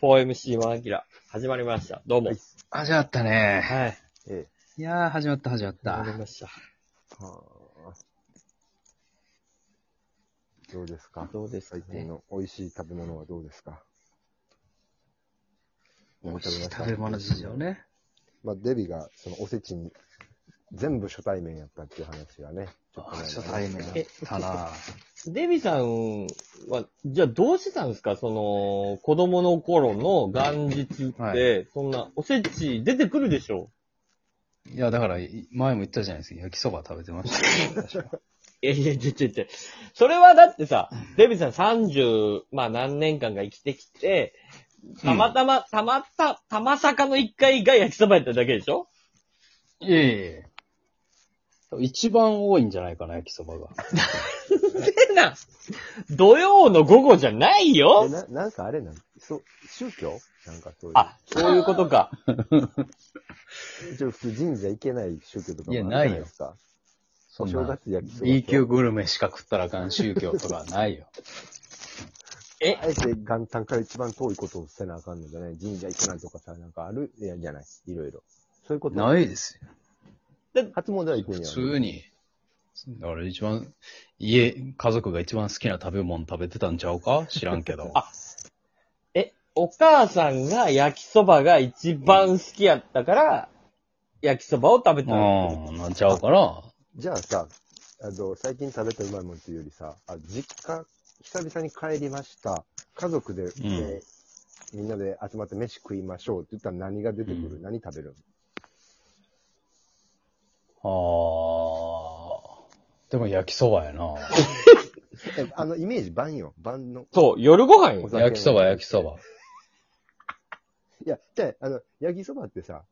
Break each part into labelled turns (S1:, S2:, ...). S1: 4MC マアキラ、始まりました。どうも。
S2: は
S1: はいい。
S3: 始まったね。
S2: ええ。
S3: いやー、始まった、始まっ
S1: 始ま
S3: た。
S1: りました。
S2: はあどうですか
S1: どうですか
S2: 最
S1: ね
S2: 近の美味しい食べ物はどうですか
S3: 美味しい
S2: 何
S3: 食べ物事情。ね。
S2: まあ、デビが、そのおせちに、全部初対面やったっていう話がね、ちょっと
S3: あ
S2: 前に
S3: 初対面だったな。
S1: デビさんは、じゃあどうしてたんですかその、子供の頃の元日って、
S3: はい
S1: そんな、おせち出てくるでしょ
S3: いや、だから、い前も言ったじゃないですか。焼きそば食べてまし
S1: い
S3: た。
S1: やいや、ちょちょちょ。それはだってさ、デビさん30、まあ何年間か生きてきて、たまたま、たまた、たまさかの一回が焼きそばやっただけで しょ
S3: いえいえいえ。一番多いんじゃないかな、焼きそばが。
S1: でな、土曜の午後じゃないよ
S2: えななんかあれなんそう、宗教なんかそういう。
S1: あ、そういうことか。
S2: 一応普通神社行けない宗教とかも
S3: い
S2: あるじ
S3: や
S2: ゃ
S3: な
S2: ない
S3: よ
S2: いですか。
S3: そ
S2: お
S3: ん
S2: 正
S3: な、
S2: 月焼きそばと。
S3: B 級グルメしか食ったらあかん宗教とかはないよ。
S1: え
S2: あえて元旦から一番遠いことをせなあかんのじゃない神社行かないとかさ、なんかあるいやじゃないいろいろ。そういうこと。
S3: ないですよ。
S2: 初詣は行くんや
S3: 普。通に。だから一番、家、家族が一番好きな食べ物食べてたんちゃうか知らんけ ど。
S1: あえ、お母さんが焼きそばが一番好きやったから、焼きそばを食べたの。
S3: うん、なんちゃうから。
S2: じゃあさ、あの、最近食べたうまいもんっていうよりさ、あ実家、久々に帰りました。家族で、えーみんなで集まって飯食いましょうって言ったら何が出てくる、
S3: うん
S2: 何食べる
S3: あー。でも焼きそばやな。
S2: えあの、イメージ晩よ。晩の。
S1: そう、夜ご飯
S2: お
S1: よ。
S2: 酒
S3: 焼きそば、焼きそば。
S2: いや、じゃあ、あの、焼きそばってさ、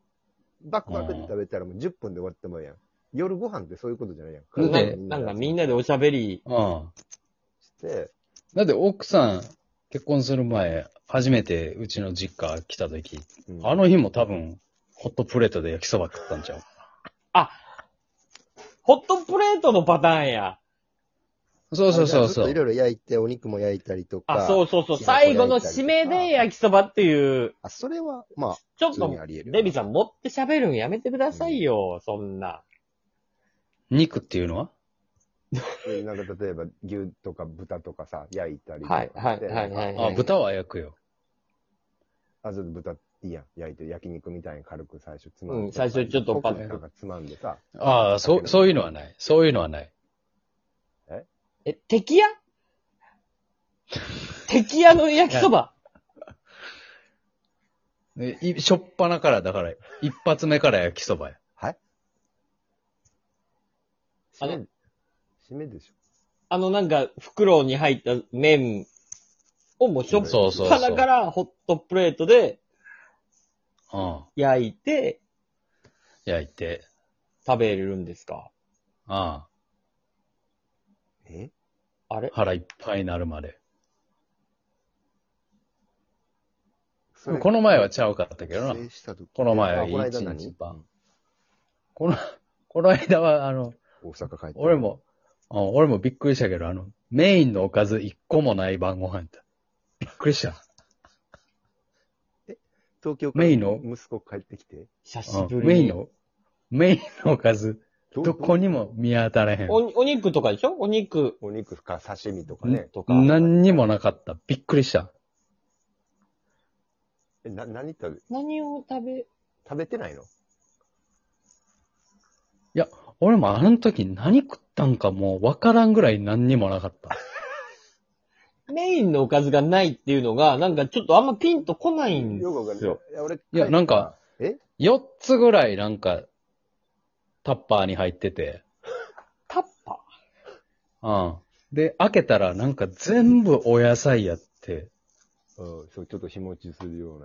S2: バクバクって食べたらもう10分で終わったもんやん。夜ご飯ってそういうことじゃないやん。
S3: うん
S1: な
S3: だっ
S2: 家
S3: て
S2: 族
S1: なんか
S2: で
S1: みんなでおしゃべり。
S3: うん。
S2: して、
S3: だって奥さん、結婚する前、初めてうちの実家来た時、
S2: うん
S3: あの日も多分、ホットプレートで焼きそば食ったんちゃ
S1: ホットプレートのパターンや。
S3: うそうそうそうそ。
S2: あじゃあずっといろいうろ焼いて、お肉も焼いたりとか。
S1: あ、そうそうそう。最後の締めで焼きそばっていう。
S2: あ、それは、まあ、
S1: ちょっ
S2: 普通に
S1: と、
S2: あり得る。
S1: デビさん持って喋るんやめてくださいよ、そんな。
S3: 肉っていうのは
S2: えなんか例えば、牛とか豚とかさ、焼いたりとか。
S1: はい、はい、はい、はい。
S3: あ、豚は焼くよ。
S2: あ、ちょっと豚、いいやん。焼いて、焼肉みたいに軽く最初つまん
S1: う
S2: で。
S1: ん最初ちょっとパ
S2: パ
S1: ッ
S2: ッとかつまんでさ。
S3: ああ、そう、そういうのはない。そういうのはない。
S1: え、敵屋敵屋の焼きそば。
S3: でいしょっぱなから、だから、一発目から焼きそばや。
S2: はい
S1: あ
S2: 締
S1: の
S2: め、締めでしょ。
S1: あのなんか、袋に入った麺をもうしょっ
S3: そうそう
S1: ぱ
S3: そ
S1: な
S3: う。
S1: からホットプレートで
S3: うん。
S1: 焼いて
S3: 焼いて。
S1: 食べるんですか
S3: あ
S2: え
S1: あ
S3: あ
S1: れ
S3: 腹いっぱいになるまで。
S2: それ
S3: この前はちゃうかったけどな
S2: 帰省した時
S3: この前
S2: あ
S3: は
S2: この間
S3: 一
S2: 何
S3: 日番。この、 この間は、あの、
S2: 大阪帰って。
S3: 俺。も、あ俺もびっくりしたけど、あの、メインのおかず一個もない晩ご飯やった。びっくりした。
S2: 東京
S3: メインの
S2: 息子帰ってきて。
S1: 久し
S3: うん
S1: ぶ
S3: メ
S1: り
S3: イン
S1: に。
S3: の、メインのおかず、
S2: ど
S3: どこにも見当たらへん。
S1: お、お肉とかでしょお肉
S2: お肉か刺身とかね。
S1: とか。
S3: 何にもなかった。びっくりした。
S2: え、な、何食べ、
S1: 何を食べ、
S2: 食べてないの
S3: 俺もあの時何食ったんかもうわからんぐらい何にもなかった。
S1: メインのおかずがないっていうのが、なんかちょっとあんまピンとこないん
S2: よくわかん
S1: です
S2: ない
S1: よ。。
S2: いや、俺、い
S3: いやなんか、
S2: え
S3: 4つぐらいなんか、タッパーに入ってて、
S1: タッパ
S3: うん。で、開けたらなんか全部お野菜やって、
S2: うん、そう、ちょっと日持ちするよう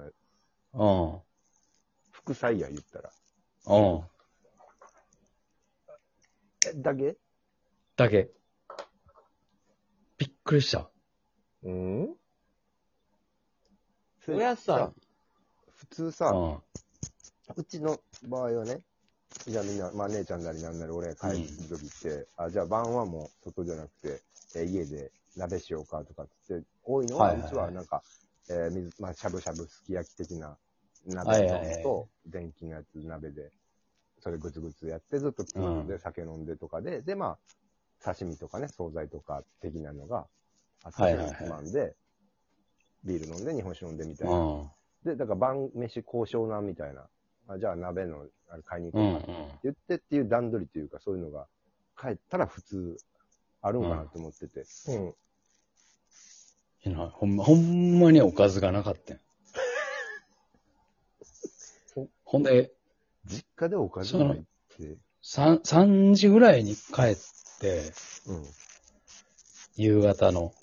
S2: な、
S3: うん。
S2: 副菜や言ったら。
S3: うん。
S2: え、だけ
S3: だけ。びっくりした。
S1: うん
S2: それ
S1: お野菜
S2: さ普通
S3: う
S2: さ、
S3: ん。
S2: うちの場合はね、じゃあみんな、まあ姉ちゃんなりなんなり俺が帰る時って、あ、じゃあ晩はもう外じゃなくて、え家で鍋しようかとかってって、多いのは、
S3: はいはいはいう
S2: ちはなんか、えー水、まあ、しゃぶしゃぶすき焼き的な
S3: は
S2: 鍋
S3: いはいはい
S2: と、電気のやつ鍋で、それぐつぐつやって、ずっとプール
S3: う
S2: で酒飲んでとかで、で、まあ、刺身とかね、惣菜とか的なのが、あっ
S3: はいはいはい
S2: つまんで、ビール飲んで、日本酒飲んでみたいな。
S3: うん。
S2: で、だから晩飯交渉なみたいな。あじゃあ鍋のあれ買いに行
S3: う
S2: こうんかって言ってっていう段取りというか、そういうのが、帰ったら普通、あるんかなと思ってて。
S1: うん。
S3: うん。いやほんま、ほんまにおかずがなかったんほほんで、
S2: 実家でおかずがないって。
S3: 三3時ぐらいに帰って、
S2: うん。
S3: 夕方の。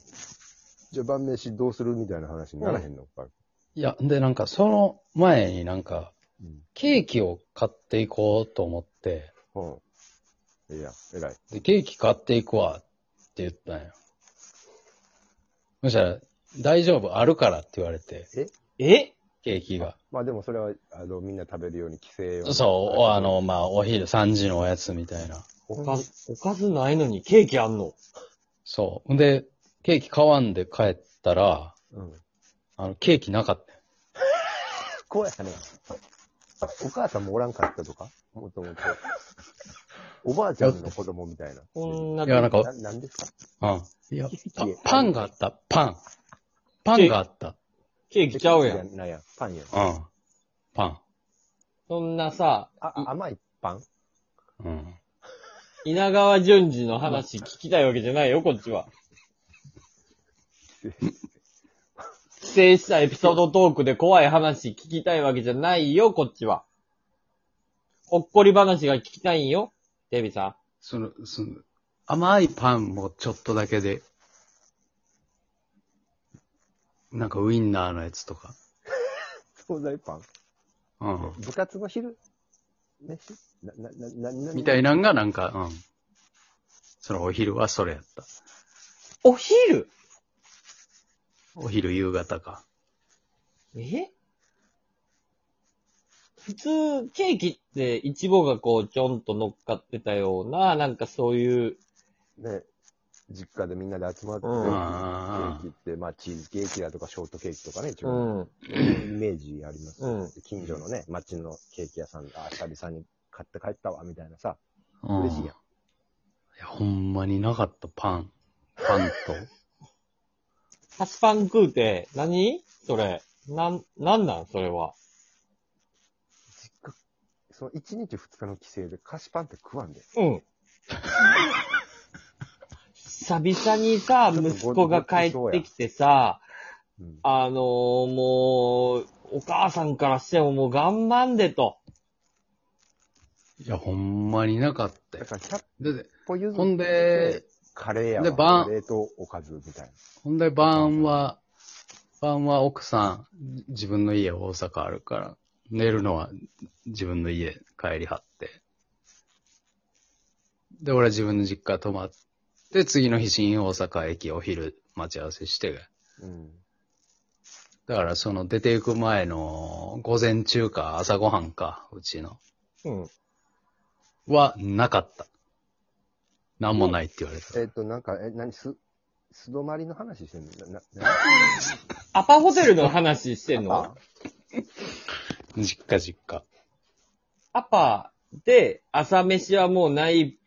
S2: じゃあ晩飯どうするみたいな話にならへんのか。
S3: いや、で、なんか、その前になんか、
S2: うん。
S3: ケーキを買っていこうと思って、
S2: うん。いや、偉い。
S3: で、ケーキ買っていくわって言ったんよ。そしたら、大丈夫、あるからって言われて、
S1: え
S3: ケーキが。
S2: まあでもそれは、あの、みんな食べるように規制を。
S3: そう、おあ、の、まあ、お昼3時のおやつみたいな。
S1: おかず、おかずないのにケーキあんの
S3: そう。んで、ケーキ買わんで帰ったら、
S2: うん。
S3: あの、ケーキなかったよ。
S2: 怖い話。お母さんもおらんかったとか もともと。おばあちゃんの子供みたいな。
S1: こんな。
S3: いや、なんか、
S2: ななんですか
S3: うん。いや、パ
S2: ケーキ
S3: パンがあった、パン。パンがあった。
S1: ケーキちゃうやん。
S2: ん。なんや、パンやん。
S3: うん。パン。
S1: そんなさ、
S2: あ、甘いパン
S3: うん。
S1: 稲川淳二の話聞きたいわけじゃないよ、こっちは。帰省したエピソードトークで怖い話聞きたいわけじゃないよ、こっちは。ほっこり話が聞きたいんよ、デビさ
S3: その、その、甘いパンもちょっとだけで、なんかウインナーのやつとか。
S2: 惣菜パン
S3: うん。
S2: 部活の昼飯な、な、な、な、な、
S3: みたいなんがなんか、うん。そのお昼はそれやった。
S1: ん。お昼
S3: お昼夕方か。
S1: え普通、ケーキって、イチゴがこう、ちょんと乗っかってたような、なんかそういう、
S2: ね、実家でみんなで集まって、
S1: うん
S2: ケーキって、まあ、チーズケーキだとか、ショートケーキとかね、一
S1: う
S2: 応、
S1: ん。
S2: イメージあります。
S1: うん。
S2: 近所のね、町のケーキ屋さん、あ、久々に買って帰ったわ、みたいなさ。
S3: うん
S2: 嬉しいやん
S3: いや、ほんまになかった、パン。パンと。
S1: 菓子パン食うて、何それ。なん、なんなんそれは。
S2: 実家、その1日2日の帰省で菓子パンって食わんで。
S1: うん。久々にさ、息子が帰ってきてさ、
S2: うん。
S1: あのーもう、お母さんからしてももう頑張んでと。
S3: いや、ほんまになかった
S2: だ
S3: よ。
S2: から100
S3: だって
S2: 歩譲
S3: ほん
S2: って、
S3: で、
S2: カレーや
S3: で晩
S2: わ、カレーとおかずみたいな。
S3: ほんで、晩は、晩は奥さん、自分の家大阪あるから、寝るのは自分の家帰りはって。で、俺は自分の実家泊まって、次の日新大阪駅お昼待ち合わせして、
S2: うん。
S3: だからその出ていく前の午前中か朝ごはんか、うちの、
S1: うん。
S3: はなかった。なんもないって言われた。
S2: えっ、と、なんか、え、何、す、素泊まりの話してんの な、な、
S1: アパホテルの話してん
S2: な
S1: の
S2: あ
S3: 実家実家。
S1: アパで、朝飯はもうない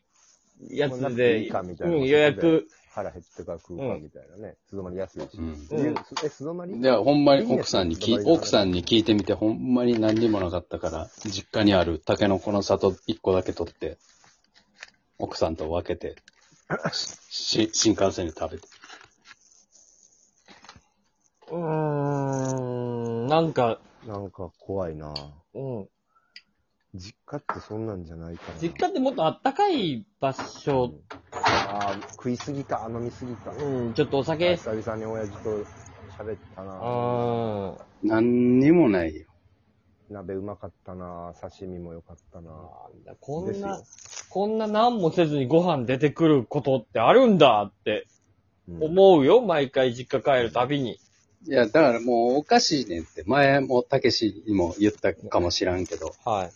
S1: や
S2: もうな
S1: つ
S2: くて
S1: で、
S2: いいかみたいな
S1: うん、予約。
S2: 腹減ってから食うかみたいなね。素泊まり安いし。
S3: うん
S2: っていうえ、素泊まり
S3: いや、ほんまに奥さんに聞い、奥さんに聞いてみて、ほんまに何にもなかったから、実家にあるタケノコの里1個だけ取って、奥さんと分けて、し、し 新幹線で食べて。
S1: うーん、なんか、
S2: なんか怖いなぁ
S1: うん。
S2: 実家ってそんなんじゃないかな。
S1: 実家ってもっとあったかい場所、
S2: ああ、食いすぎた、飲みすぎた。
S1: うん、ちょっとお酒、
S2: 久々に親父と喋った
S1: う
S2: なぁ
S1: ん。
S3: 何にもないよ。
S2: 鍋うまかったなぁ刺身も良かったなぁ
S1: あーこ
S2: で
S1: ん
S2: す
S1: な
S2: よ、
S1: こんな何もせずにご飯出てくることってあるんだって
S2: うん
S1: 思うよ、毎回実家帰るたびに。
S3: いや、だからもうおかしいねんって、前もたけしにも言ったかもしらんけど、
S1: はい。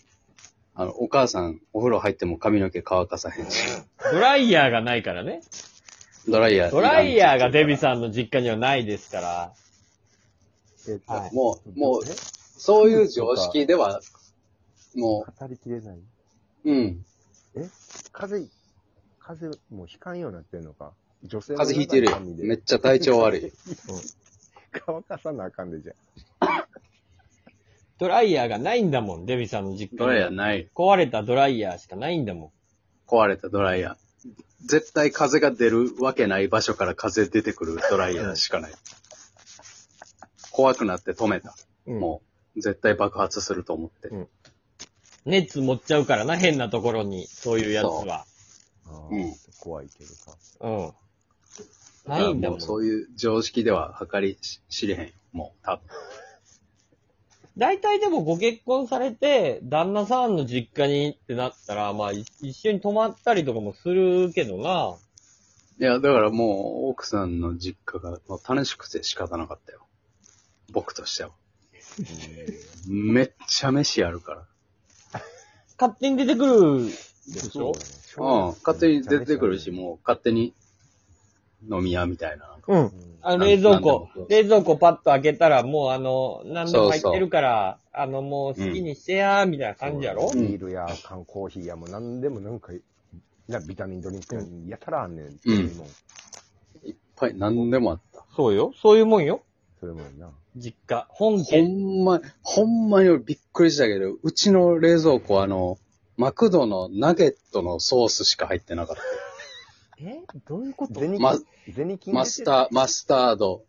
S3: あの、お母さん、お風呂入っても髪の毛乾かさへんし、
S1: ドライヤーがないから ね。
S3: ドライヤー。
S1: ドライヤーがデビさんの実家にはないですから。
S2: えっと
S1: はい
S3: もう、もう、
S2: え
S3: そういう常識では、も
S2: 語りきれない。
S3: う、うん。
S2: 風邪、風邪、もうひかんようになってんのか。女性の
S3: 風邪ひいてるよ。
S2: 中で
S3: めっちゃ体調悪い。
S2: 乾かさなあかんでじゃん。
S1: ドライヤーがないんだもん、デビさんの実家に。
S3: ドライヤーない。
S1: 壊れたドライヤーしかないんだもん。
S3: 壊れたドライヤー。絶対風が出るわけない場所から風出てくるドライヤーしかない。怖くなって止めた。
S2: うん
S3: もう、絶対爆発すると思って。
S1: 熱持っちゃうからな、変なところに、そういうやつは。
S2: あ
S3: うん
S2: ー怖いけどさ。
S1: うん。ないんだもん。
S3: そういう常識では測りし知れへん。もう、多分。
S1: 大体でもご結婚されて、旦那さんの実家にってなったら、まあ、い一緒に泊まったりとかもするけどな。
S3: いや、だからもう、奥さんの実家がもう楽しくて仕方なかったよ。僕としては。めっちゃ飯あるから。
S1: 勝手に出てくる。
S2: で
S1: しょ
S3: うん。勝手に出てくるし、もう勝手に飲み屋みたいな。
S1: う
S2: う。ん。
S1: あの、冷蔵
S3: なん
S1: 庫
S3: でも、
S1: 冷蔵庫パッと開けたら、もうあの、何でも入ってるから、あの、もう好きにしてや、みたいな感じやろ
S3: うん
S2: ビールや缶コーヒーやもう何でもなんか、なビタミンドリンクややたらあんねん。
S3: うん
S2: もん。
S3: いっぱい何でもあった。
S1: そうよ。そういうもんよ。
S2: それもんな。
S1: 実家。本
S3: ほ
S1: 家。
S3: んま、ほんまに俺びっくりしたけど、うちの冷蔵庫あの、マクドのナゲットのソースしか入ってなか った。
S1: えどういうこと
S2: ゼニ
S3: ま
S2: キン、ゼニキン
S3: マスター、マスタード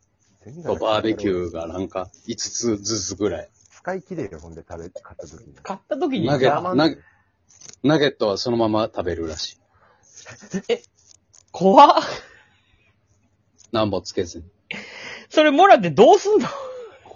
S2: ー
S3: とバーベキュ
S2: ー。
S3: ーがなんか5つずつぐらい。
S2: 使い切れるほんで食べ、買った時に。
S1: 買った時に
S3: ナゲ
S2: 邪魔な
S3: ナ
S2: の
S3: ゲナゲットはそのまま食べるらしい。
S1: 怖っ
S3: 何もつけずに。
S1: それもらってどうすんの